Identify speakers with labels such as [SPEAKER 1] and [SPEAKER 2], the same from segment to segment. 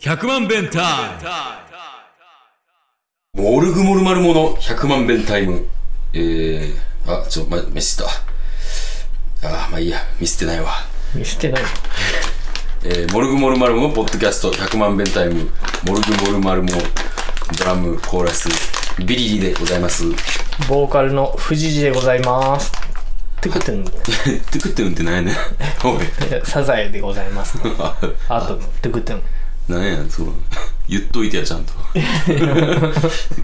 [SPEAKER 1] 100万弁タイム
[SPEAKER 2] モルグモルマルモの100万弁タイム。えー、あ、ちょ、ま、ミスった。あー、まあいいや、ミスってないわ。
[SPEAKER 3] 見捨てない。
[SPEAKER 2] えー、モルグモルマルモのポッドキャスト100万弁タイム。モルグモルマルモ、ドラム、コーラス、ビリリでございます。
[SPEAKER 3] ボーカルの藤次でございます。トゥクトゥ
[SPEAKER 2] トゥクトゥンって何やねん。 おい。
[SPEAKER 3] ン、サザエでございます。あと、トゥクトゥン。
[SPEAKER 2] 何や、そう。言っといてや、ちゃんと。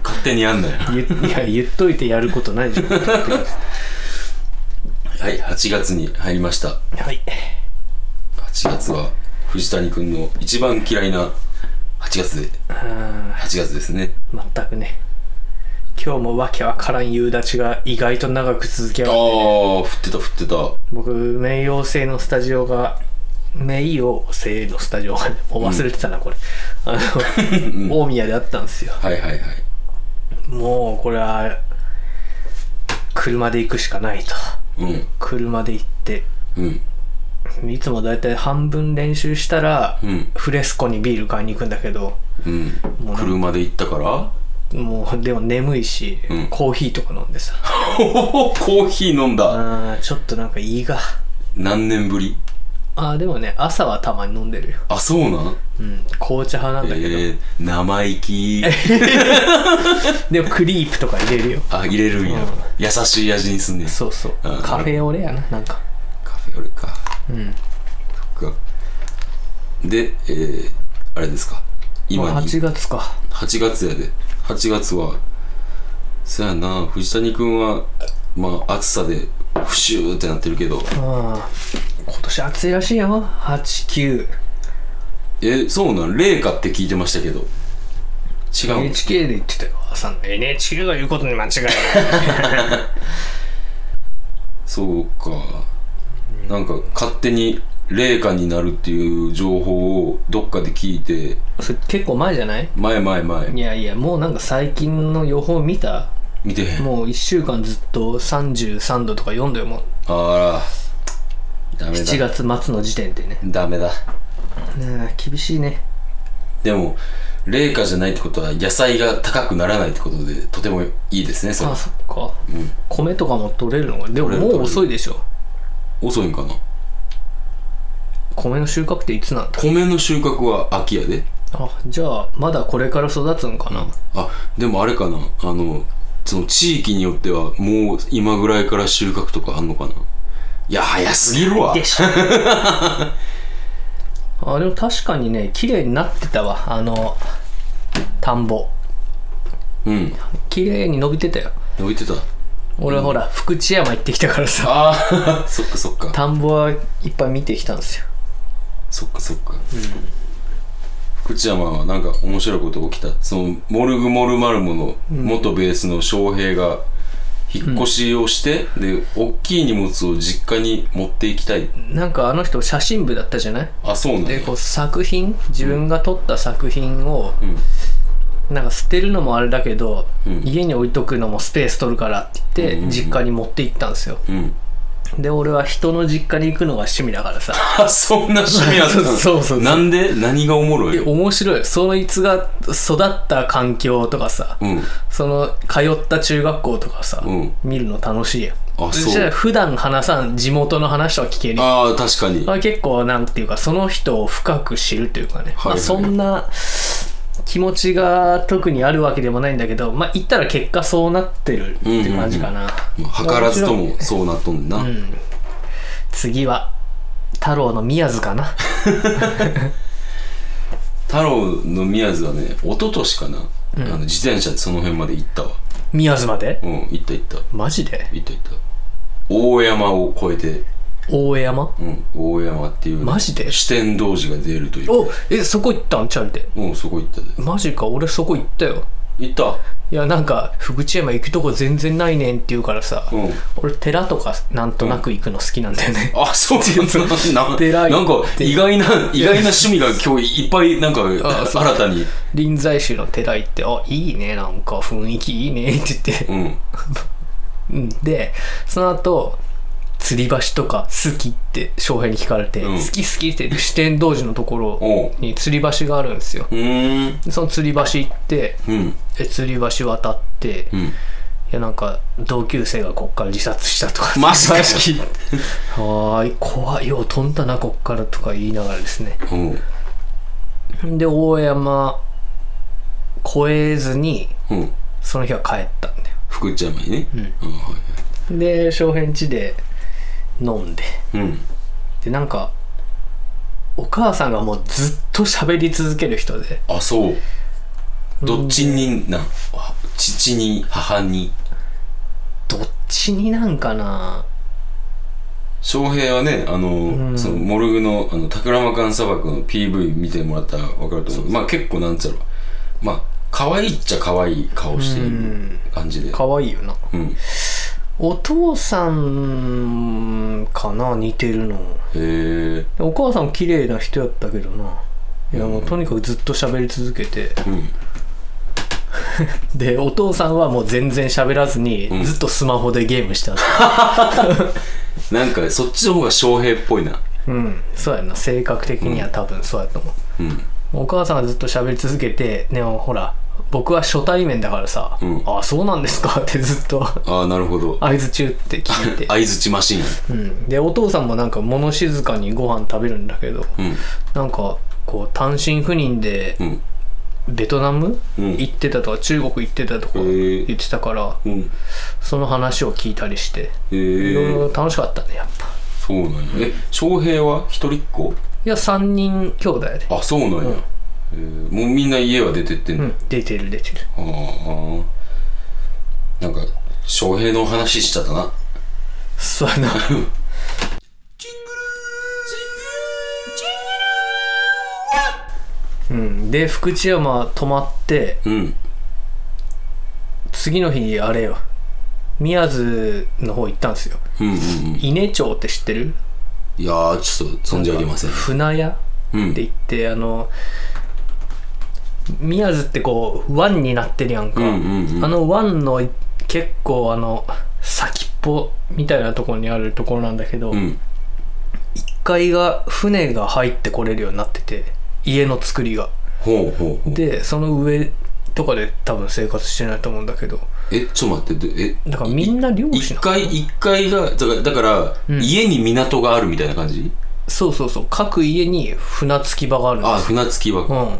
[SPEAKER 2] 勝手にやんなよ。
[SPEAKER 3] 言いや、言っといてやることないじゃん。は
[SPEAKER 2] はい、8月に入りました。8
[SPEAKER 3] い。
[SPEAKER 2] 月は藤谷くんの一番嫌いな8月で、
[SPEAKER 3] あ
[SPEAKER 2] 8月ですね。
[SPEAKER 3] ー全くね。今日もわけわからん夕立ちが意外と長く続け
[SPEAKER 2] ああ
[SPEAKER 3] ば、
[SPEAKER 2] ー、降ってた降ってた。
[SPEAKER 3] 僕、名誉星のスタジオが、名誉星のスタジオがね、もう忘れてたな、これ。あの、大宮であったんですよ。
[SPEAKER 2] はいはいはい。
[SPEAKER 3] もう、これは、車で行くしかないと。
[SPEAKER 2] うん、
[SPEAKER 3] 車で行って
[SPEAKER 2] うん、
[SPEAKER 3] いつもだいたい半分練習したら、
[SPEAKER 2] うん、
[SPEAKER 3] フレスコにビール買いに行くんだけど
[SPEAKER 2] うん。
[SPEAKER 3] もうな
[SPEAKER 2] 車で行ったから
[SPEAKER 3] もうでも眠いし、
[SPEAKER 2] うん
[SPEAKER 3] コーヒーとか飲んでさ
[SPEAKER 2] ほほほコーヒー飲んだ。
[SPEAKER 3] あーちょっとなんか胃が
[SPEAKER 2] 何年ぶり
[SPEAKER 3] あーでもね朝はたまに飲んでるよ、
[SPEAKER 2] あ、そうなん
[SPEAKER 3] うん、紅茶派なんだけど、
[SPEAKER 2] えー、生意気。
[SPEAKER 3] でもクリープとか入れるよ
[SPEAKER 2] あ、入れるんや。
[SPEAKER 3] うん
[SPEAKER 2] 優しい味にすんねん。
[SPEAKER 3] そうそう
[SPEAKER 2] あー
[SPEAKER 3] カフェオレやななんか
[SPEAKER 2] カフェオレか。
[SPEAKER 3] うん
[SPEAKER 2] そっか。で、えー、あれですか。
[SPEAKER 3] もう
[SPEAKER 2] 今に。
[SPEAKER 3] 8月か
[SPEAKER 2] 8月やで8月はそやな藤谷君はまあ暑さでフシューってなってるけど
[SPEAKER 3] あー今年暑いらしいよ89
[SPEAKER 2] えそうなん冷夏って聞いてましたけど違うん
[SPEAKER 3] NHK で言ってたよ朝の NHK が言うことに間違い ない
[SPEAKER 2] そうかなんか勝手に冷夏になるっていう情報をどっかで聞いて
[SPEAKER 3] それ結構前じゃない
[SPEAKER 2] 前前前
[SPEAKER 3] いやいやもうなんか最近の予報見た
[SPEAKER 2] 見てへん
[SPEAKER 3] もう1週間ずっと33度とか4度よもう
[SPEAKER 2] あらダメだ
[SPEAKER 3] 7月末の時点でね
[SPEAKER 2] ダメだ
[SPEAKER 3] ねえ厳しいね
[SPEAKER 2] でも冷夏じゃないってことは野菜が高くならないってことでとてもいいですねそれ
[SPEAKER 3] あそっか、
[SPEAKER 2] ん
[SPEAKER 3] 米とかも取れるのがでも
[SPEAKER 2] 取れる
[SPEAKER 3] も
[SPEAKER 2] 取れ
[SPEAKER 3] う
[SPEAKER 2] る
[SPEAKER 3] 遅いでしょ
[SPEAKER 2] 遅いんかな
[SPEAKER 3] 米の収穫っていつなんだ
[SPEAKER 2] 米の収穫は秋やで
[SPEAKER 3] あじゃあまだこれから育つんかな、
[SPEAKER 2] あでもあれかなあのその地域によってはもう今ぐらいから収穫とかあんのかないや早すぎるわ
[SPEAKER 3] でしょあでも確かにね綺麗になってたわあの田んぼ
[SPEAKER 2] うん
[SPEAKER 3] 綺麗に伸びてたよ
[SPEAKER 2] 置いてた
[SPEAKER 3] 俺ほら、福知山行ってきたからさ
[SPEAKER 2] ああ そっかそっか
[SPEAKER 3] 田んぼはいっぱい見てきたんですよ
[SPEAKER 2] そっかそっか、福知山はなんか面白いこと起きたそのモルグモルマルモの元ベースの翔平が引っ越しをして、で大きい荷物を実家に持っていきたい
[SPEAKER 3] なんかあの人写真部だったじゃない
[SPEAKER 2] あそうなんだ
[SPEAKER 3] でこう作品自分が撮った作品を、なんか捨てるのもあれだけど、
[SPEAKER 2] うん
[SPEAKER 3] 家に置いとくのもスペース取るからって言って、
[SPEAKER 2] うんうんうん
[SPEAKER 3] 実家に持って行ったんですよ
[SPEAKER 2] うん
[SPEAKER 3] で俺は人の実家に行くのが趣味だからさ
[SPEAKER 2] あそんな趣味あったの
[SPEAKER 3] そうそうそう
[SPEAKER 2] なんで何がおもろい
[SPEAKER 3] で面白いそいつが育った環境とかさ、
[SPEAKER 2] うん。
[SPEAKER 3] その通った中学校とかさ、
[SPEAKER 2] うん
[SPEAKER 3] 見るの楽しいやん
[SPEAKER 2] あ、
[SPEAKER 3] そした
[SPEAKER 2] そ
[SPEAKER 3] ら
[SPEAKER 2] う。
[SPEAKER 3] 普段話さん地元の話とか聞けるやん
[SPEAKER 2] ああ、確かに。
[SPEAKER 3] まあ、結構なんていうかその人を深く知るというかね、
[SPEAKER 2] はいはい
[SPEAKER 3] まあ、そんな気持ちが特にあるわけでもないんだけどまあ言ったら結果そうなってるっていう感じかな、
[SPEAKER 2] まあ図らずともそうなっとんねんな。
[SPEAKER 3] 次は太郎の宮津かな
[SPEAKER 2] 太郎の宮津はね、一昨年かな。あの自転車でその辺まで行ったわ。
[SPEAKER 3] 宮津まで
[SPEAKER 2] うん、行った行った。
[SPEAKER 3] マジで
[SPEAKER 2] 行った行った。大山を越えて、
[SPEAKER 3] 大江山
[SPEAKER 2] うん、大山っていう。
[SPEAKER 3] マジで
[SPEAKER 2] 四天童子が出るという。
[SPEAKER 3] おえそこ行ったんチャリで
[SPEAKER 2] うん、そこ行ったで。
[SPEAKER 3] マジか俺そこ行ったよ
[SPEAKER 2] 行っ
[SPEAKER 3] いやなんか福知山行くとこ全然ないねんって言うからさ、
[SPEAKER 2] たうん。
[SPEAKER 3] 俺寺とかなんとなく行くの好きなんだよね、
[SPEAKER 2] あ、そう なん
[SPEAKER 3] 出
[SPEAKER 2] だ。な
[SPEAKER 3] られて
[SPEAKER 2] なんか意外な、意外な趣味が今日いっぱいなんか
[SPEAKER 3] あそう
[SPEAKER 2] 新たに。
[SPEAKER 3] 臨済宗の寺行って「あいいねなんか 雰囲気いいね」って言って
[SPEAKER 2] うん。
[SPEAKER 3] うんでその後吊り橋とか好きって翔平に聞かれて、
[SPEAKER 2] うん
[SPEAKER 3] 好き好きって四天童寺のところ
[SPEAKER 2] おう
[SPEAKER 3] に吊り橋があるんですよ
[SPEAKER 2] うーん
[SPEAKER 3] でその吊り橋行って
[SPEAKER 2] うん
[SPEAKER 3] え吊り橋渡って、
[SPEAKER 2] う
[SPEAKER 3] い
[SPEAKER 2] ん
[SPEAKER 3] やなんか同級生がこっから自殺したとか
[SPEAKER 2] マジかよ
[SPEAKER 3] 吊り橋はーい怖いよう飛んだなこっからとか言いながらですね
[SPEAKER 2] おう
[SPEAKER 3] で大山越えずに
[SPEAKER 2] うん
[SPEAKER 3] その日は帰ったんだよ
[SPEAKER 2] 福知山にねうんはいは
[SPEAKER 3] で小変地で飲んで
[SPEAKER 2] いうん
[SPEAKER 3] でなんかお母さんがもうずっと喋り続ける人で
[SPEAKER 2] あそうどっちになんあ父に母に
[SPEAKER 3] どっちになんかな
[SPEAKER 2] 翔平はね、あの、
[SPEAKER 3] ん
[SPEAKER 2] そのモルグの、あの、タクラマカン砂漠の PV 見てもらったらわかると思う。まあ結構なんつうの。まあ、可愛いっちゃ可愛い顔している感じで。
[SPEAKER 3] 可愛いよな
[SPEAKER 2] うん。へ
[SPEAKER 3] お父さんかな似てるの
[SPEAKER 2] え。
[SPEAKER 3] お母さん綺麗な人やったけどないやもうとにかくずっと喋り続けて
[SPEAKER 2] うん。
[SPEAKER 3] でお父さんはもう全然喋らずに、
[SPEAKER 2] ん
[SPEAKER 3] ずっとスマホでゲームした
[SPEAKER 2] なんかそっちの方が翔平っぽいな。
[SPEAKER 3] うんそうやな性格的には多分そうやと思う、
[SPEAKER 2] うん。
[SPEAKER 3] お母さんがずっと喋り続けてでもほら僕は初対面だからさ「
[SPEAKER 2] うん
[SPEAKER 3] ああそうなんですか」ってずっと
[SPEAKER 2] ああ、なるほど。
[SPEAKER 3] 相づち打って聞いて、
[SPEAKER 2] 相づちマシーン。
[SPEAKER 3] うん、でお父さんもなんか物静かにご飯食べるんだけど
[SPEAKER 2] うん。
[SPEAKER 3] なんかこう単身赴任で
[SPEAKER 2] うん。
[SPEAKER 3] ベトナム、
[SPEAKER 2] うん
[SPEAKER 3] 行ってたとか中国行ってたとか
[SPEAKER 2] へー
[SPEAKER 3] 言ってたから
[SPEAKER 2] うん。
[SPEAKER 3] その話を聞いたりしていろい
[SPEAKER 2] へえ。
[SPEAKER 3] ろ楽しかったねやっぱ
[SPEAKER 2] そうなんや。え、翔平は一人っ子
[SPEAKER 3] いや3人兄弟で、
[SPEAKER 2] あ、そうなんや。えーもうみんな家は出てってん
[SPEAKER 3] う
[SPEAKER 2] の、
[SPEAKER 3] ん、出てる出てる
[SPEAKER 2] ああなんか翔平の話しちゃったな
[SPEAKER 3] そうやなうん、で福知山泊まって
[SPEAKER 2] うん
[SPEAKER 3] 次の日あれよ宮津の方行ったんですよ
[SPEAKER 2] うんうんうん
[SPEAKER 3] 伊根町って知ってる
[SPEAKER 2] いやーちょっと存じ上げません
[SPEAKER 3] 船屋っ
[SPEAKER 2] うん
[SPEAKER 3] て言ってあの宮津ってこう湾になってるやんか、
[SPEAKER 2] うんうんうん
[SPEAKER 3] あの湾の結構あの先っぽみたいなところにあるところなんだけど、
[SPEAKER 2] うん
[SPEAKER 3] 1階が船が入ってこれるようになってて家の作りが
[SPEAKER 2] ほうほうほう
[SPEAKER 3] でその上とかで多分生活してないと思うんだけど
[SPEAKER 2] えちょっと待ってでえ
[SPEAKER 3] だからみんな漁師
[SPEAKER 2] 一
[SPEAKER 3] なの
[SPEAKER 2] 階一階がだからだから、
[SPEAKER 3] ん
[SPEAKER 2] 家に港があるみたいな感じ
[SPEAKER 3] そうそうそう各家に船着き場があるん
[SPEAKER 2] あ
[SPEAKER 3] で
[SPEAKER 2] 船着き場、
[SPEAKER 3] すうん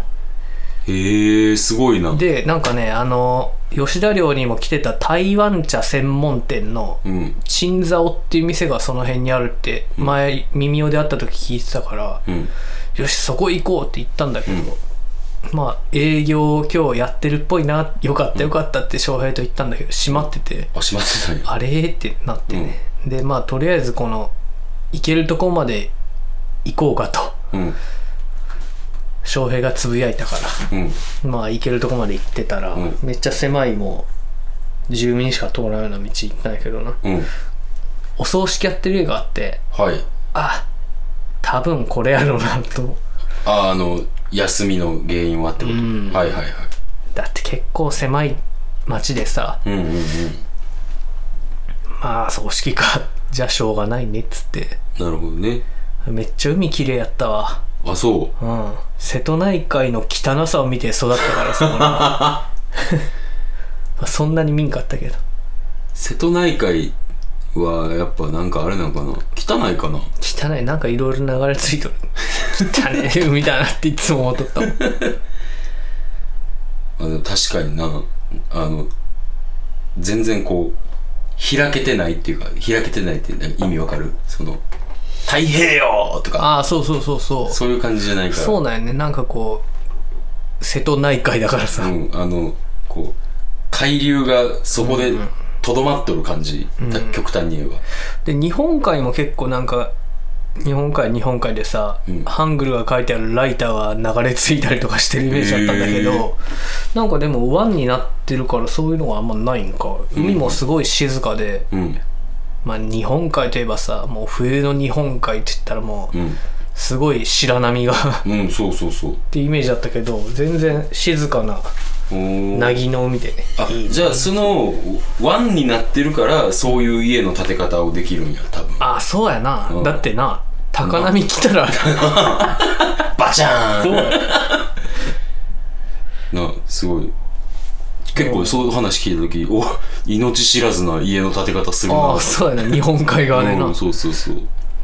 [SPEAKER 2] へえすごいな
[SPEAKER 3] でなんかねあの吉田寮にも来てた台湾茶専門店の
[SPEAKER 2] うん
[SPEAKER 3] チンザオっていう店がその辺にあるって前耳をで会った時聞いてたから、
[SPEAKER 2] うん
[SPEAKER 3] よしそこ行こうって言ったんだけど、まあ営業今日やってるっぽいなよかったよかったって翔平と言ったんだけど閉まってて
[SPEAKER 2] あ閉まってたんや
[SPEAKER 3] あれーってなってね、でまあとりあえずこの行けるとこまで行こうかと
[SPEAKER 2] うん
[SPEAKER 3] 翔平がつぶやいたから
[SPEAKER 2] うん
[SPEAKER 3] まあ行けるとこまで行ってたら、
[SPEAKER 2] うん
[SPEAKER 3] めっちゃ狭いもう住民しか通らないような道行ったんやけどな
[SPEAKER 2] うん
[SPEAKER 3] お葬式やってる家があって
[SPEAKER 2] はい
[SPEAKER 3] あ多分これやろうなと
[SPEAKER 2] ああの休みの原因はってこと、
[SPEAKER 3] うん
[SPEAKER 2] はいはいはい
[SPEAKER 3] だって結構狭い町でさ
[SPEAKER 2] うんうんうん
[SPEAKER 3] まあ葬式かじゃあしょうがないねっつって
[SPEAKER 2] なるほどね
[SPEAKER 3] めっちゃ海綺麗やったわ
[SPEAKER 2] あそう
[SPEAKER 3] うん瀬戸内海の汚さを見て育ったからさ俺は まあそんなに見んかったけど
[SPEAKER 2] 瀬戸内海はやっぱなんかあれなのかな汚いかな
[SPEAKER 3] 汚いなんかいろいろ流れ着いとる汚い海だなっていつも思っとったもん
[SPEAKER 2] あの確かになあの全然こう開けてないっていうか開けてないってなんか意味わかるその太平洋とか
[SPEAKER 3] ああそうそうそうそうそ
[SPEAKER 2] そういう感じじゃないから
[SPEAKER 3] うなんやねなんかこう瀬戸内海だからさ、
[SPEAKER 2] うん、あのこう海流がそこでとどまっとる感じ、た極端に言えば
[SPEAKER 3] で日本海も結構なんか日本海日本海でさ、
[SPEAKER 2] ん
[SPEAKER 3] ハングルが書いてあるライターが流れ着いたりとかしてるイメージだったんだけ
[SPEAKER 2] へ
[SPEAKER 3] ど、なんかでも湾になってるからそういうのがあんまないんか海もすごい静かで、
[SPEAKER 2] うん
[SPEAKER 3] まあ日本海といえばさもう冬の日本海って言ったらもう
[SPEAKER 2] うん
[SPEAKER 3] すごい白波が っ
[SPEAKER 2] うんそうそうそう
[SPEAKER 3] てイメージだったけど全然静かな
[SPEAKER 2] おー
[SPEAKER 3] なぎのみたいな
[SPEAKER 2] あじゃあその1になってるからそういう家の建て方をできるんや多分
[SPEAKER 3] あそうやな、
[SPEAKER 2] うん
[SPEAKER 3] だってな高波来たら、
[SPEAKER 2] バチャー
[SPEAKER 3] そ
[SPEAKER 2] ン
[SPEAKER 3] うや
[SPEAKER 2] なすごい結構そういう話聞いた時お命知らずな家の建て方するな
[SPEAKER 3] ああ そうやな日本海側でな、
[SPEAKER 2] うんそうそうそう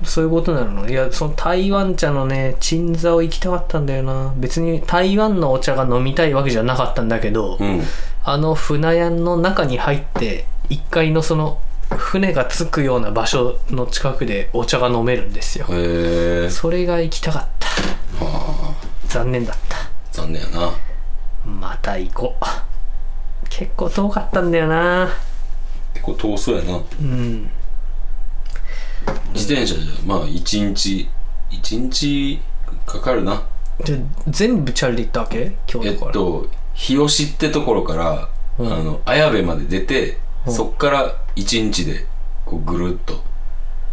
[SPEAKER 3] そういうことなのいやその台湾茶のね鎮座を行きたかったんだよな別に台湾のお茶が飲みたいわけじゃなかったんだけど、
[SPEAKER 2] うん
[SPEAKER 3] あの船屋の中に入って1階のその船が着くような場所の近くでお茶が飲めるんですよ
[SPEAKER 2] へえ
[SPEAKER 3] それが行きたかった
[SPEAKER 2] はあ
[SPEAKER 3] 残念だった
[SPEAKER 2] 残念やな
[SPEAKER 3] また行こう結構遠かったんだよな
[SPEAKER 2] 結構遠そうやな
[SPEAKER 3] うん
[SPEAKER 2] 自転車じゃまあ一日一日かかるな
[SPEAKER 3] で全部チャリで行ったわけ京
[SPEAKER 2] えっ
[SPEAKER 3] 都から、
[SPEAKER 2] と日吉ってところから、
[SPEAKER 3] うん
[SPEAKER 2] あの綾部まで出て、
[SPEAKER 3] うん
[SPEAKER 2] そっから一日でこうぐるっと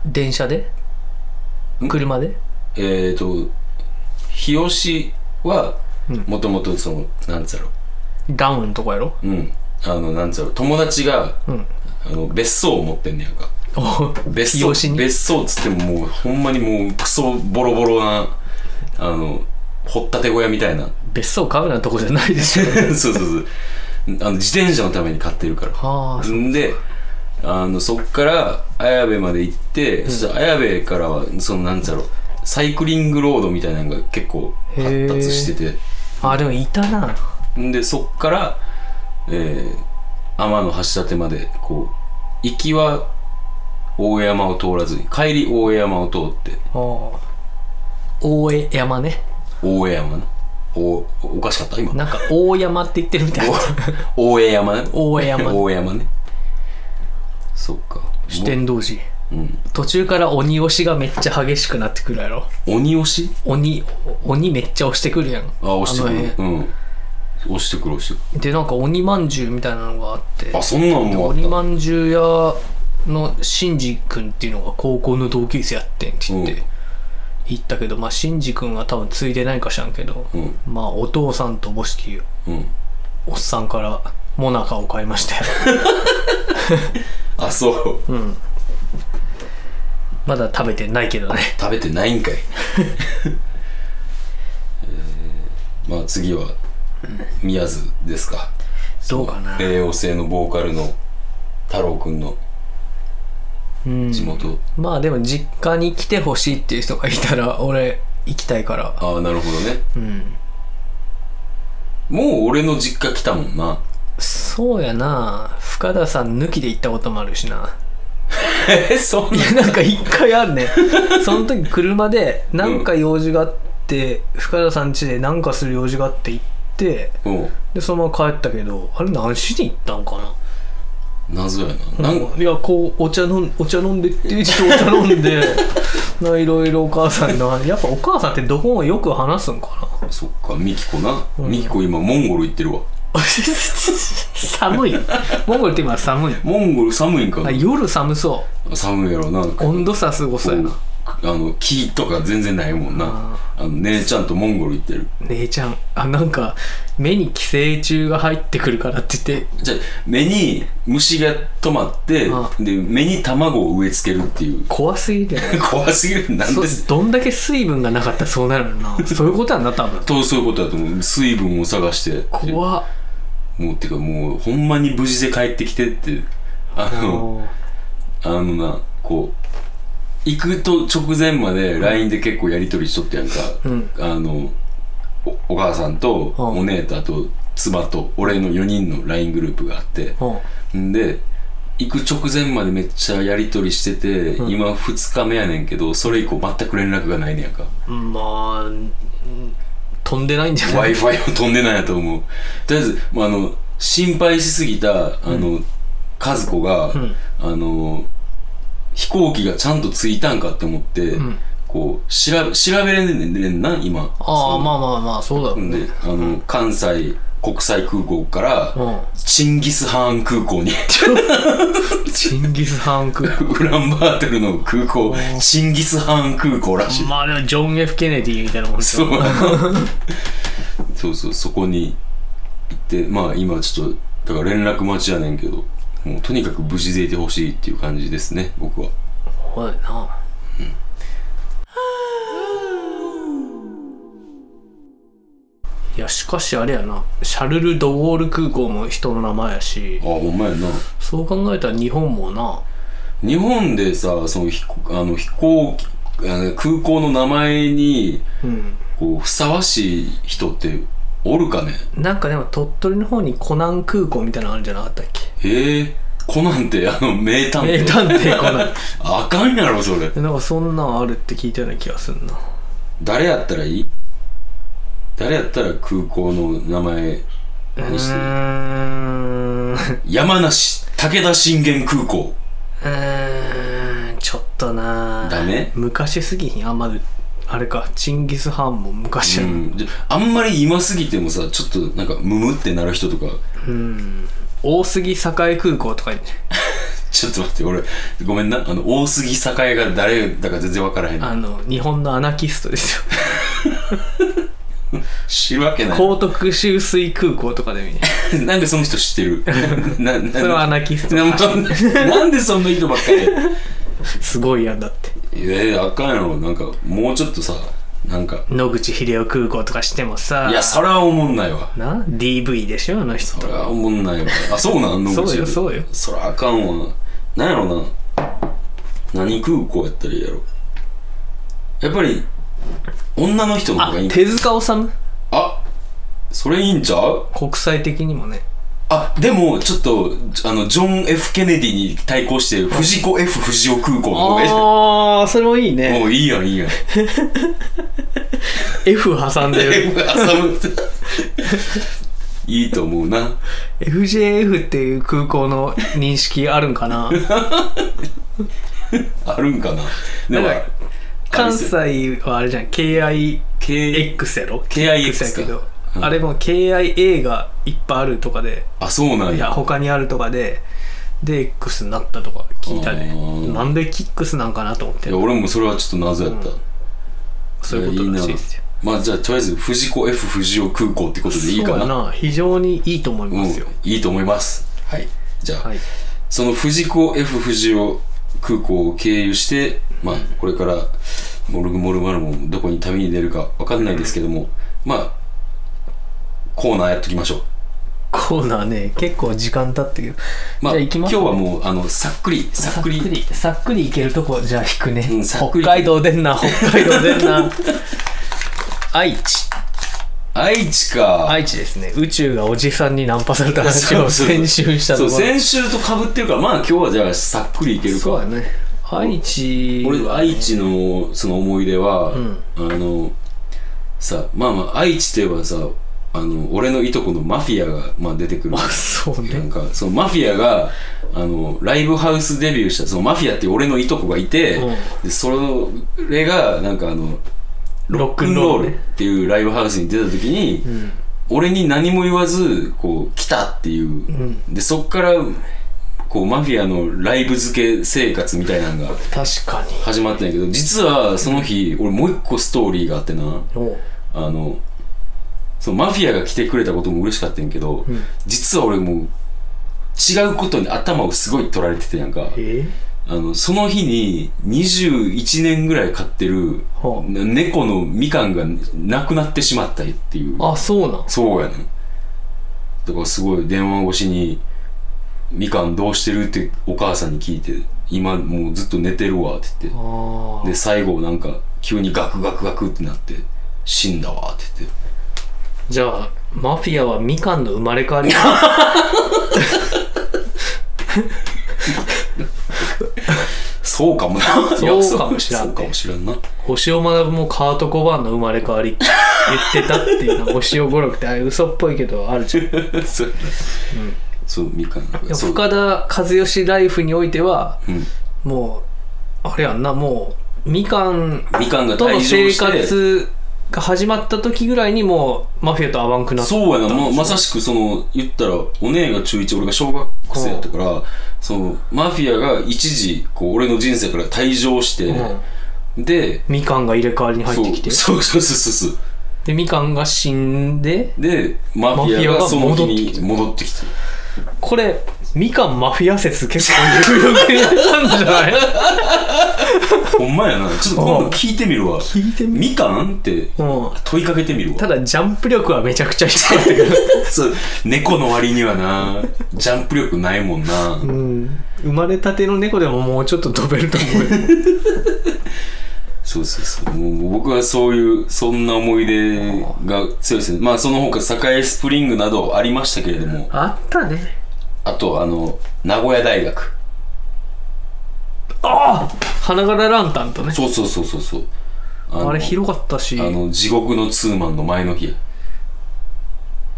[SPEAKER 3] 電車で
[SPEAKER 2] ん
[SPEAKER 3] 車で
[SPEAKER 2] えっ、と日吉は
[SPEAKER 3] うん
[SPEAKER 2] もともとそのなんつうやろ
[SPEAKER 3] ダウンとかやろ
[SPEAKER 2] うんあのなんつうやろ友達が
[SPEAKER 3] うん
[SPEAKER 2] あの別荘を持ってんねやんか
[SPEAKER 3] お
[SPEAKER 2] 別
[SPEAKER 3] 日吉
[SPEAKER 2] 荘
[SPEAKER 3] に
[SPEAKER 2] 別荘っつってももうほんまにもうクソボロボロなあの掘ったて小屋みたいな
[SPEAKER 3] 別荘買うなとこじゃないでし ょ
[SPEAKER 2] そうそうそうあの自転車のために買ってるから
[SPEAKER 3] はあ
[SPEAKER 2] んであのそっから綾部まで行って、そしたら綾部からはそのなんつうやろサイクリングロードみたいなのが結構発達してて
[SPEAKER 3] あでもいたなん
[SPEAKER 2] でそっから、えー、天の橋立までこう行きは大江山を通らずに帰り大江山を通って
[SPEAKER 3] あ大江山ね
[SPEAKER 2] 大江山なおおかしかった今
[SPEAKER 3] なんか大山って言ってるみたいな
[SPEAKER 2] 大江山ね
[SPEAKER 3] 大江山
[SPEAKER 2] 大江山ねそっか
[SPEAKER 3] 四天童寺
[SPEAKER 2] うん
[SPEAKER 3] 途中から鬼押しがめっちゃ激しくなってくるやろ
[SPEAKER 2] 鬼押し
[SPEAKER 3] 鬼鬼めっちゃ押してくるやん
[SPEAKER 2] あ押してく
[SPEAKER 3] あの
[SPEAKER 2] るうん押してくる押してくる
[SPEAKER 3] 辺でなんか鬼まんじゅうみたいなのがあって
[SPEAKER 2] あそんなんもあっ
[SPEAKER 3] 鬼
[SPEAKER 2] た
[SPEAKER 3] まんじゅう屋のシンジ君っていうのが高校の同級生やってんって言って、
[SPEAKER 2] うん
[SPEAKER 3] 行ったけどまあシンジ君は多分ついでないか知らんけど、
[SPEAKER 2] うん
[SPEAKER 3] まあお父さんとおぼしき
[SPEAKER 2] うん
[SPEAKER 3] おっさんからモナカを買いましたよ
[SPEAKER 2] あそう
[SPEAKER 3] まだ食べてないけどね
[SPEAKER 2] 食べてない んかい、えーまあ次は宮津ですか
[SPEAKER 3] どうかな
[SPEAKER 2] 帝王星のボーカルの太郎くんの
[SPEAKER 3] うん
[SPEAKER 2] 地元、
[SPEAKER 3] まあでも実家に来てほしいっていう人がいたら俺行きたいから
[SPEAKER 2] ああなるほどね
[SPEAKER 3] うん
[SPEAKER 2] もう俺の実家来たもんな
[SPEAKER 3] そうやな深田さん抜きで行ったこともあるしな
[SPEAKER 2] えそん
[SPEAKER 3] いやなんか一回あるねその時車でなんか用事があって、深田さん家でなんかする用事があって行って
[SPEAKER 2] うん
[SPEAKER 3] でそのまま帰ったけどあれ何しに行ったんかな
[SPEAKER 2] 謎やななんか
[SPEAKER 3] いやこうお茶飲んお茶飲んでっていう人お茶飲んで ないろいろお母さんのやっぱお母さんってどこもよく話すんかな
[SPEAKER 2] そっかミキコな、
[SPEAKER 3] うん
[SPEAKER 2] ミキコ今モンゴル行ってるわ
[SPEAKER 3] 寒いモンゴルって今寒い
[SPEAKER 2] モンゴル寒いんかな
[SPEAKER 3] あ夜寒そ
[SPEAKER 2] 寒いやろな
[SPEAKER 3] う温度差すごそうやな
[SPEAKER 2] あの木とか全然ないもんなあの姉ちゃんとモンゴル行ってる
[SPEAKER 3] 姉ちゃんあなんか目に寄生虫が入ってくるからって言って
[SPEAKER 2] じゃあ目に虫が止まって
[SPEAKER 3] あ
[SPEAKER 2] で目に卵を植え付けるっていう
[SPEAKER 3] 怖すぎて
[SPEAKER 2] 怖すぎるなんで
[SPEAKER 3] そどんだけ水分がなかったらそうなるのなそういうことやんな多分
[SPEAKER 2] とそういうことだと思う水分を探して
[SPEAKER 3] 怖っ
[SPEAKER 2] もうてかもうほんまに無事で帰ってきてってあのあのなこう行くと直前まで LINE で結構やり取りしとってやんか、
[SPEAKER 3] うん
[SPEAKER 2] あのおお母さんと
[SPEAKER 3] うん
[SPEAKER 2] お姉とあと妻と俺の4人の LINE グループがあって、
[SPEAKER 3] うん
[SPEAKER 2] で行く直前までめっちゃやり取りしてて、
[SPEAKER 3] うん
[SPEAKER 2] 今2日目やねんけどそれ以降全く連絡がないねやんか
[SPEAKER 3] うんまあうん飛んでないんじゃ
[SPEAKER 2] w
[SPEAKER 3] な
[SPEAKER 2] i
[SPEAKER 3] い
[SPEAKER 2] f i を飛んでないやと思うとりあえず、まあ、あの心配しすぎたあの、和子が、
[SPEAKER 3] ん
[SPEAKER 2] あの飛行機がちゃんと着いたんかって思って、
[SPEAKER 3] ん
[SPEAKER 2] こう調べ調べれんねんな今
[SPEAKER 3] ああま
[SPEAKER 2] あ
[SPEAKER 3] あまあまあそうだろうね
[SPEAKER 2] であの関西国際空港から、
[SPEAKER 3] う
[SPEAKER 2] チンギスハーン空港に
[SPEAKER 3] んチンギス・ハンク
[SPEAKER 2] ウランバートルの空港、チンギスハーン空港らしい。
[SPEAKER 3] まあでもジョン・ F ・ケネディみたいなもんです
[SPEAKER 2] そ
[SPEAKER 3] よ
[SPEAKER 2] う。そうそう、そこに行って、まあ今ちょっと、だから連絡待ちやねんけど、もうとにかく無事でいてほしいっていう感じですね、僕は。
[SPEAKER 3] ほいなうんいやしかしあれやなシャルル・ド・ゴール空港も人の名前やし
[SPEAKER 2] あ、ほんまやな。
[SPEAKER 3] そう考えたら日本もな
[SPEAKER 2] 日本でさ、その飛行あの飛行機、あの空港の名前に、
[SPEAKER 3] うん
[SPEAKER 2] こう、ふさわしい人っておるかね
[SPEAKER 3] なんかでも鳥取の方にコナン空港みたいなのあるんじゃなかったっけ
[SPEAKER 2] へえ、コナンって、あの、名探偵。
[SPEAKER 3] 名探偵コナン
[SPEAKER 2] あかんやろ、それ。
[SPEAKER 3] なんかそんなんあるって聞いたような気がすんな
[SPEAKER 2] 誰やったらいい誰やったら空港の名前
[SPEAKER 3] う
[SPEAKER 2] 何してる
[SPEAKER 3] ーんう
[SPEAKER 2] 山梨武田信玄空港
[SPEAKER 3] ーんちょっとな
[SPEAKER 2] ダメ
[SPEAKER 3] 昔すぎひんあまだあれかチンギス・ハンも
[SPEAKER 2] う
[SPEAKER 3] 昔の
[SPEAKER 2] んじゃあんまり今すぎてもさちょっとなんかムムってなる人とか
[SPEAKER 3] うん大杉栄空港とかに
[SPEAKER 2] ちょっと待って俺ごめんなあの大杉栄が誰だか全然分からへん
[SPEAKER 3] あの日本のアナキストですよ
[SPEAKER 2] 知るわけない
[SPEAKER 3] 高徳修水空港とかで見 る
[SPEAKER 2] なんでその人知って るなな
[SPEAKER 3] それはアナキスト
[SPEAKER 2] ななんで そんな人ばっかり
[SPEAKER 3] すごいやんだって
[SPEAKER 2] えー、あかんやろなんかもうちょっとさなんか
[SPEAKER 3] 野口英世空港とかしてもさ
[SPEAKER 2] いやそれは思んないわ
[SPEAKER 3] な DV でしょあの人
[SPEAKER 2] それはおもんないわ。あ、そうなん野口
[SPEAKER 3] そうよそうよ
[SPEAKER 2] そりゃあかんわ。なんやろな。何空港やったらいいやろ。やっぱり、女の人の方
[SPEAKER 3] あ
[SPEAKER 2] がいいん
[SPEAKER 3] 手塚治虫
[SPEAKER 2] あそれいいんちゃう
[SPEAKER 3] 国際的にもね
[SPEAKER 2] あ、でも、ちょっと、あの、ジョン・ F ・ケネディに対抗して、藤子 F ・不二雄空港の方がいい。
[SPEAKER 3] ああそれもいいね
[SPEAKER 2] もういいやん、いいやん。
[SPEAKER 3] F 挟んで る
[SPEAKER 2] いいと思うな。
[SPEAKER 3] FJF っていう空港の認識あるんか な
[SPEAKER 2] あるんかな。でも
[SPEAKER 3] なんか、関西はあれじゃん KIX
[SPEAKER 2] K、
[SPEAKER 3] やろ
[SPEAKER 2] KIX
[SPEAKER 3] やけど
[SPEAKER 2] か、うん
[SPEAKER 3] あれも KIA がいっぱいあるとかで
[SPEAKER 2] あ、そうなん
[SPEAKER 3] いや
[SPEAKER 2] や。
[SPEAKER 3] 他にあるとかでで X になったとか聞いた
[SPEAKER 2] あ
[SPEAKER 3] ね
[SPEAKER 2] ー
[SPEAKER 3] なんでキックスなんかなと思って
[SPEAKER 2] いや俺もそれはちょっと謎やった、
[SPEAKER 3] そういうことらしいですよ
[SPEAKER 2] まあじゃあとりあえず藤子 F 不二雄空港ってことでいいか
[SPEAKER 3] そう
[SPEAKER 2] な
[SPEAKER 3] やな非常にいいと思い
[SPEAKER 2] うん
[SPEAKER 3] ますよ、
[SPEAKER 2] いいと思いますはいじゃあ、
[SPEAKER 3] はい
[SPEAKER 2] その藤子 F 不二雄空港を経由してまあこれからモルグモルマルモンどこに旅に出るかわかんないですけども、まあコーナーやっときましょう
[SPEAKER 3] コーナーね結構時間経ってるけど、
[SPEAKER 2] まあ
[SPEAKER 3] じゃあ行き
[SPEAKER 2] 今
[SPEAKER 3] ま
[SPEAKER 2] 日
[SPEAKER 3] す
[SPEAKER 2] はもうあのさっくりさっくり
[SPEAKER 3] さっくりいけるとこじゃあ引くね、
[SPEAKER 2] うんさっくり
[SPEAKER 3] 北海道でんな北海道でんな 愛知
[SPEAKER 2] 愛知か
[SPEAKER 3] 愛知ですね宇宙がおじさんにナンパされた話
[SPEAKER 2] そう
[SPEAKER 3] を
[SPEAKER 2] そう
[SPEAKER 3] 先週したと
[SPEAKER 2] そう
[SPEAKER 3] こ
[SPEAKER 2] 先
[SPEAKER 3] ろ
[SPEAKER 2] 週と被ってるからまあ今日はじゃあさっくりいけるか
[SPEAKER 3] そうだね愛知
[SPEAKER 2] 俺愛知のその思い出は、
[SPEAKER 3] ん
[SPEAKER 2] あのさまあまあ愛知といえばさあの俺のいとこのマフィアが、まあ、出てくる
[SPEAKER 3] あそう
[SPEAKER 2] なん
[SPEAKER 3] ね
[SPEAKER 2] かそのマフィアがあのライブハウスデビューしたそのマフィアっていう俺のいとこがいて、
[SPEAKER 3] うん
[SPEAKER 2] でそれがなんかあの
[SPEAKER 3] ロッ
[SPEAKER 2] ク
[SPEAKER 3] ク
[SPEAKER 2] ン
[SPEAKER 3] ン
[SPEAKER 2] ロ
[SPEAKER 3] ロ
[SPEAKER 2] ー
[SPEAKER 3] ー
[SPEAKER 2] ル
[SPEAKER 3] ル
[SPEAKER 2] っていうライブハウスに出た時に、
[SPEAKER 3] ん
[SPEAKER 2] 俺に何も言わずこう来たっていう、でそっからこうマフィアのライブ付け生活みたいなのが
[SPEAKER 3] 確かに
[SPEAKER 2] 始まったんやけど実はその日、俺もう一個ストーリーがあってな
[SPEAKER 3] おう
[SPEAKER 2] あのそのマフィアが来てくれたことも嬉しかったんやけど、
[SPEAKER 3] ん
[SPEAKER 2] 実は俺もう違うことに頭をすごい取られててやんか
[SPEAKER 3] え
[SPEAKER 2] あのその日に21年ぐらい飼ってる
[SPEAKER 3] はあ
[SPEAKER 2] な猫のみかんがなくなってしまったっていう
[SPEAKER 3] あそうなん
[SPEAKER 2] そうやねんだからすごい電話越しに「みかんどうしてる?」ってお母さんに聞いて「今もうずっと寝てるわ」って言って
[SPEAKER 3] あ
[SPEAKER 2] で最後なんか急にガクガクガクってなって「死んだわ」って言って
[SPEAKER 3] じゃあマフィアはみかんの生まれ変わり
[SPEAKER 2] そうかもな
[SPEAKER 3] そうかもしらん
[SPEAKER 2] そうかもしらんな
[SPEAKER 3] 星尾学もカート・コバーンの生まれ変わりって言ってたっていうの は星尾五六ってあれ嘘っぽいけどあるじゃんで
[SPEAKER 2] そう,、そうみかん
[SPEAKER 3] も
[SPEAKER 2] そう
[SPEAKER 3] 深田和義ライフにおいては
[SPEAKER 2] うん
[SPEAKER 3] もうあれやんなもうみかん
[SPEAKER 2] みかんが
[SPEAKER 3] と
[SPEAKER 2] 退
[SPEAKER 3] の
[SPEAKER 2] 場
[SPEAKER 3] 生
[SPEAKER 2] して
[SPEAKER 3] 活が始まった時ぐらいにもうマフィアと合わんくなった
[SPEAKER 2] そうやな、ま、まさしくその、言ったら、お姉が中1、俺が小学生やったから、その、マフィアが一時、こう、俺の人生から退場して、
[SPEAKER 3] うん
[SPEAKER 2] で、
[SPEAKER 3] みかんが入れ替わりに入ってきて
[SPEAKER 2] そうそうそうそうそう。
[SPEAKER 3] で、みかんが死んで、
[SPEAKER 2] で、マフィアがその日に戻ってきてる。
[SPEAKER 3] これ、みかんマフィア説結構有力なんじゃない
[SPEAKER 2] ほんまやな。ちょっと今度聞いてみるわ。
[SPEAKER 3] 聞いてみ
[SPEAKER 2] みかんって
[SPEAKER 3] うん。
[SPEAKER 2] 問いかけてみるわ。
[SPEAKER 3] ただ、ジャンプ力はめちゃくちゃ低かったけど。
[SPEAKER 2] そう、猫の割にはな、ジャンプ力ないもんな。
[SPEAKER 3] うん。生まれたての猫でももうちょっと飛べると思うよ。
[SPEAKER 2] そうそうそう。もう僕はそういう、そんな思い出が強いですね。まあその他、栄スプリングなどありましたけれども、
[SPEAKER 3] あったね。
[SPEAKER 2] あと、あの、名古屋大学。
[SPEAKER 3] ああ花柄ランタンとね。
[SPEAKER 2] そうそうそうそうそう。あの
[SPEAKER 3] あれ広かったし
[SPEAKER 2] あ、の、地獄のツーマンの前の日や。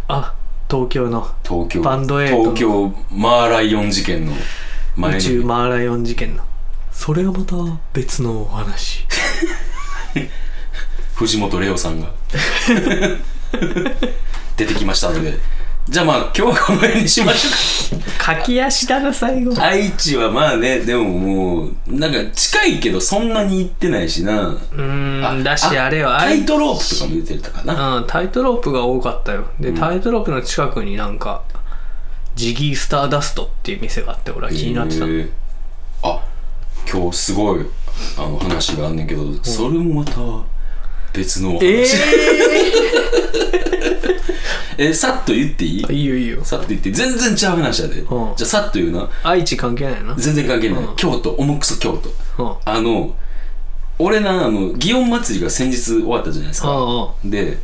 [SPEAKER 3] あ、東京の
[SPEAKER 2] 東京。
[SPEAKER 3] バンドエイトの
[SPEAKER 2] 東京マーライオン事件の前の
[SPEAKER 3] 宇宙
[SPEAKER 2] 日。
[SPEAKER 3] マーライオン事件の。それはまた別のお話。
[SPEAKER 2] 藤本レオさんが。 出てきましたので。じゃあまあ今日はこの辺にしましょうか。
[SPEAKER 3] 駆け足だな、最後。
[SPEAKER 2] 愛知はまあね、でももう、なんか近いけどそんなに行ってないしな。
[SPEAKER 3] うーん、だし、あれよ、あ
[SPEAKER 2] タ
[SPEAKER 3] れ
[SPEAKER 2] イトロープとかも出てたかな。
[SPEAKER 3] うん、タイトロープが多かったよ。で、タイトロープの近くになんか、ジギースターダストっていう店があって、俺は気になってた。
[SPEAKER 2] へーあ、今日すごい、あの話があんねんけど、それもまた別のお話。
[SPEAKER 3] え
[SPEAKER 2] えさっと言っていい
[SPEAKER 3] ー、いいよいいよ。
[SPEAKER 2] さっと言って、全然違う話やで。
[SPEAKER 3] ん
[SPEAKER 2] じゃあさっと言うな。
[SPEAKER 3] 愛知関係ないな。
[SPEAKER 2] 全然関係ない。京都、重くそ京都。
[SPEAKER 3] うん。うん
[SPEAKER 2] あの、俺な、あの、祇園祭りが先日終わったじゃないですか。
[SPEAKER 3] うん。
[SPEAKER 2] で、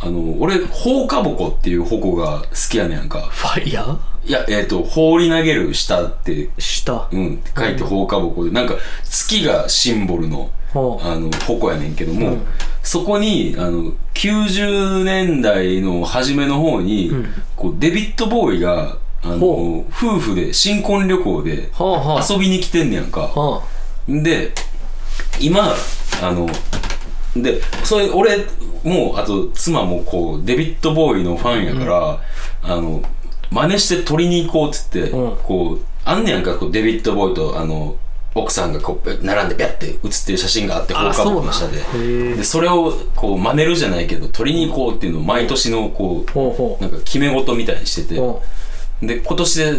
[SPEAKER 2] あの、俺、放火鉾っていう鉾が好きやねやんか。
[SPEAKER 3] ファイヤー
[SPEAKER 2] いや、えっ、と、放り投げる下って、
[SPEAKER 3] した。
[SPEAKER 2] うん、って書いて放火鉾で、なんか、月がシンボルの、
[SPEAKER 3] うん。
[SPEAKER 2] あの、鉾やねんけども、そこに、あの、90年代の初めの方に、
[SPEAKER 3] ん
[SPEAKER 2] こう、デビッド・ボーイが、あの
[SPEAKER 3] ほ、
[SPEAKER 2] 夫婦で新婚旅行で
[SPEAKER 3] はあは
[SPEAKER 2] 遊びに来てんねやんか。
[SPEAKER 3] あ。は
[SPEAKER 2] で、今、あの、で、それ、俺、もう、あと、妻もこう、デビッド・ボーイのファンやから、あの、真似して取りに行こうっつって、
[SPEAKER 3] うん
[SPEAKER 2] こう、あんねやんか、こう、デビッド・ボーイと、あの、奥さんがこう、並んでビャって写ってる写真があって、
[SPEAKER 3] あ
[SPEAKER 2] 放課後の下
[SPEAKER 3] そうなん
[SPEAKER 2] で。
[SPEAKER 3] へえ
[SPEAKER 2] で、それを、こう、真似るじゃないけど、取りに行こうっていうのを毎年の、こ
[SPEAKER 3] あ。ほうほ
[SPEAKER 2] う、なんか決め事みたいにしてて、
[SPEAKER 3] う。うん。
[SPEAKER 2] で今年で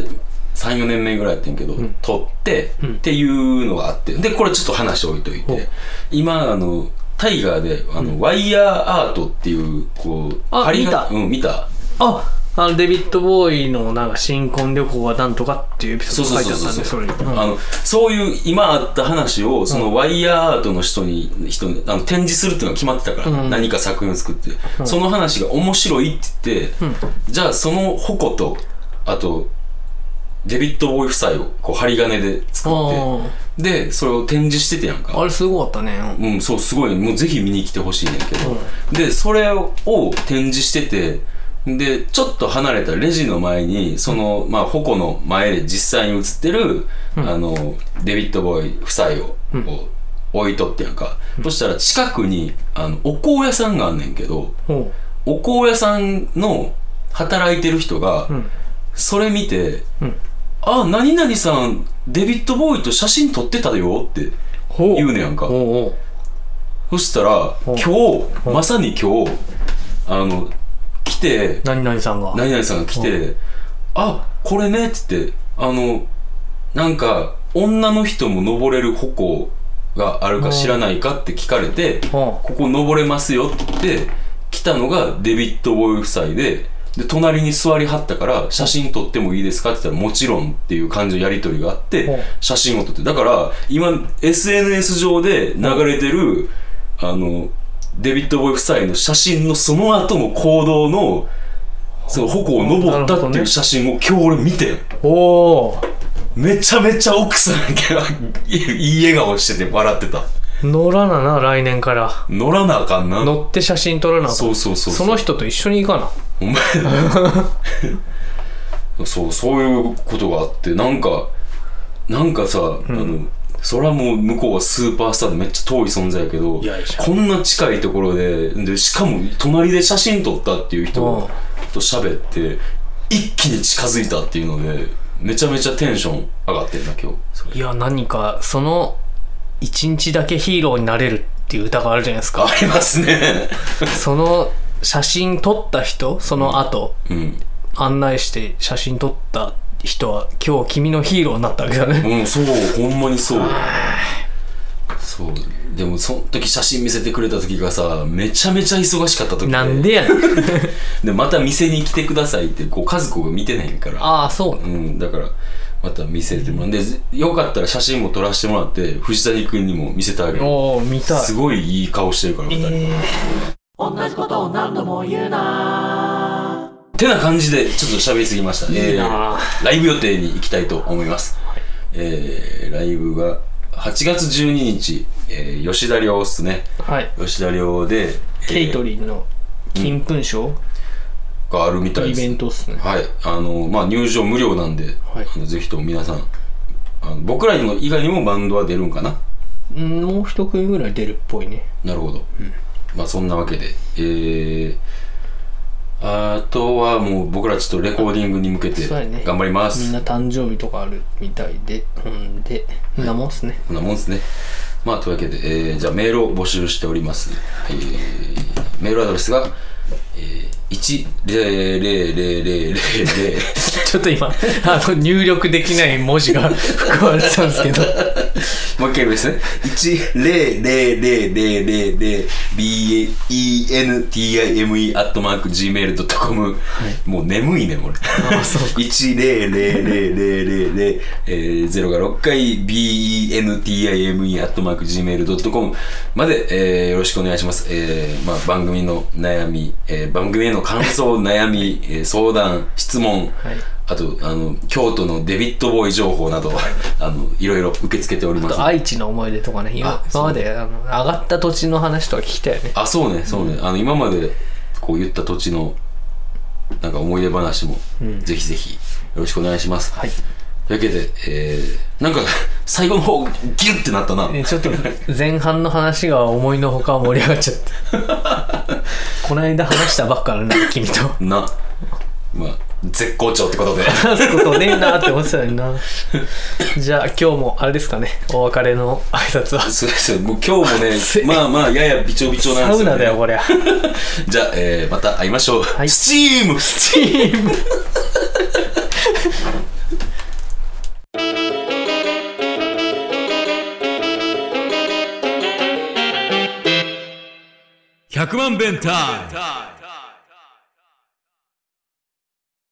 [SPEAKER 2] 34年目ぐらいやってんけど、撮って、っていうのがあってでこれちょっと話置いといて今あのタイガーであの、ワイヤーアートっていうこう
[SPEAKER 3] あ
[SPEAKER 2] 針が
[SPEAKER 3] 見た
[SPEAKER 2] うん見た
[SPEAKER 3] ああのデビッド・ボーイのなんか新婚旅行はなんとかっていうエピソ
[SPEAKER 2] そう
[SPEAKER 3] ード
[SPEAKER 2] そ
[SPEAKER 3] が
[SPEAKER 2] う
[SPEAKER 3] 書い
[SPEAKER 2] そ
[SPEAKER 3] て
[SPEAKER 2] う
[SPEAKER 3] あっ
[SPEAKER 2] そうん
[SPEAKER 3] たでそれに、うん
[SPEAKER 2] あのそういう今あった話をそのワイヤーアートの人に人にあの展示するっていうのが決まってたから、
[SPEAKER 3] うん
[SPEAKER 2] 何か作品を作って、その話が面白いって言って、じゃあその矛とあとデビッド・ボーイ夫妻をこう針金で作って。
[SPEAKER 3] あ
[SPEAKER 2] で、それを展示しててやん
[SPEAKER 3] ああ
[SPEAKER 2] か。
[SPEAKER 3] れすごかったね、うん
[SPEAKER 2] うん、そう、すごい。もうぜひ見に来てほしいねんけど。で、それを展示してて、で、ちょっと離れたレジの前に、その、まあ、矛の前で実際に写ってる、あの、デビッド・ボーイ夫妻を、こう置いとってやんか。そしたら近くに、あの、お香屋さんがあんねんけど、
[SPEAKER 3] ほ
[SPEAKER 2] お香屋さんの働いてる人が、
[SPEAKER 3] ん
[SPEAKER 2] それ見て、
[SPEAKER 3] うん
[SPEAKER 2] あ、何々さん、デビッド・ボーイと写真撮ってたよって
[SPEAKER 3] うほう
[SPEAKER 2] 言うねやんか。
[SPEAKER 3] ほ
[SPEAKER 2] そしたら、今
[SPEAKER 3] う
[SPEAKER 2] 日、まさに今日、あの、来て
[SPEAKER 3] う、何々さんが
[SPEAKER 2] 何々さんが来て、あ、これね、っつって、あの、なんか、女の人も登れる歩行があるか知らないかって聞かれて、
[SPEAKER 3] ほ
[SPEAKER 2] ここ登れますよって来たのがデビッド・ボーイ夫妻で、で、隣に座りはったから、写真撮ってもいいですかって言ったら、もちろんっていう感じのやりとりがあっ
[SPEAKER 3] うん
[SPEAKER 2] て、写真を撮って。だから、今、SNS 上で流れてる、あの、デビッド・ボーイ夫妻の写真のその後の行動の、その矛を登ったっていう写真を今日俺見てん。
[SPEAKER 3] うお
[SPEAKER 2] めちゃめちゃ奥さんが いい笑顔してて笑ってた。
[SPEAKER 3] お乗らなな来年から
[SPEAKER 2] 乗らなあかんな。
[SPEAKER 3] 乗って写真撮らなあかん
[SPEAKER 2] そうそうそうう。
[SPEAKER 3] その人と一緒に行かな
[SPEAKER 2] お前 そうそういうことがあってなんかなんかさ、あのそれはもう向こうはスーパースターでめっちゃ遠い存在やけど
[SPEAKER 3] いやいや
[SPEAKER 2] こんな近いところででしかも隣で写真撮ったっていう人
[SPEAKER 3] うん
[SPEAKER 2] と喋って一気に近づいたっていうのでめちゃめちゃテンション上がってんな今日それ
[SPEAKER 3] いや何かその一日だけヒーローになれるっていう歌があるじゃないですか
[SPEAKER 2] ありますね
[SPEAKER 3] その写真撮った人、その後、
[SPEAKER 2] うん。
[SPEAKER 3] 案内して写真撮った人は、今日君のヒーローになったわけだね。
[SPEAKER 2] うん、そう、ほんまにそう。そう。でも、その時写真見せてくれた時がさ、めちゃめちゃ忙しかった時で。
[SPEAKER 3] なんでやねん。
[SPEAKER 2] で、また店に来てくださいって、こう、家族が見てないから。
[SPEAKER 3] ああ、そう
[SPEAKER 2] う。ん、だから、また見せてもらって、でよかったら写真も撮らせてもらって、藤谷君にも見せてあげる。
[SPEAKER 3] おお見たい。
[SPEAKER 2] すごいいい顔してるから、二人。てな感じで、ちょっと喋りすぎましたね。
[SPEAKER 3] いいなぁ
[SPEAKER 2] ライブ予定に行きたいと思います。えー、ライブが8月12日、えー、吉田寮っすね。
[SPEAKER 3] はい。
[SPEAKER 2] 吉田寮で、
[SPEAKER 3] ケイト
[SPEAKER 2] リ
[SPEAKER 3] リンの金粉賞、
[SPEAKER 2] ーがあるみたい
[SPEAKER 3] イ
[SPEAKER 2] です。
[SPEAKER 3] ベントっすね。
[SPEAKER 2] はい。あの、まあ、入場無料なんで、
[SPEAKER 3] はい
[SPEAKER 2] あのぜひとも皆さん、あの僕らの以外にもバンドは出るんかな
[SPEAKER 3] うんもう一組ぐらい出るっぽいね。
[SPEAKER 2] なるほど。まあ、そんなわけで、えー、あとはもう僕らちょっとレコーディングに向けて
[SPEAKER 3] そうやね
[SPEAKER 2] 頑張ります。
[SPEAKER 3] みんな誕生日とかあるみたいで、ほんで、んなもんっすね。
[SPEAKER 2] こんなもんですね。まあ、というわけで、えーじゃあメールを募集しております。えーメールアドレスが、えー、1000000
[SPEAKER 3] ちょっと今、あの、入力できない文字 が含まれてたんですけど、
[SPEAKER 2] もう一回言いますね。1000000bentime アットマーク gmail.com。もう眠いね、俺。
[SPEAKER 3] あそう
[SPEAKER 2] 1000000えー、0が6回 bentime アットマーク gmail.com まで、えーよろしくお願いします。えーまあ、番組の悩み、えー番組への感想、悩み、えー相談、質問、
[SPEAKER 3] い
[SPEAKER 2] あと、あの、京都のデビットボーイ情報など、あの、いろいろ受け付けております。
[SPEAKER 3] 愛知の思い出とかね、今
[SPEAKER 2] あ
[SPEAKER 3] 今まであの上がった土地の話とか聞きたいよね。
[SPEAKER 2] あ、そうね、そうね。あの、今までこう言った土地の、なんか思い出話も、ぜひぜひ、よろしくお願いします。
[SPEAKER 3] はい。
[SPEAKER 2] というわけで、えー、なんか、最後の方、ギュッてなったな。
[SPEAKER 3] ねちょっと前半の話が思いのほか盛り上がっちゃって。 この間話したばっかなんだ、君と。
[SPEAKER 2] な。まあ、絶好調ってこと で。
[SPEAKER 3] 話すことねえなって思ってたのにな。じゃあ今日もあれですかね、お別れの挨拶は。
[SPEAKER 2] そうですよ。もう今日もね
[SPEAKER 3] せ、
[SPEAKER 2] まあまあ、ややびちょびちょなん
[SPEAKER 3] サ
[SPEAKER 2] ですよ、ね。
[SPEAKER 3] ウナだよ、これ。
[SPEAKER 2] じゃあ、えー、また会いましょう。
[SPEAKER 3] い
[SPEAKER 2] スチームスチーム
[SPEAKER 1] 100万弁タイム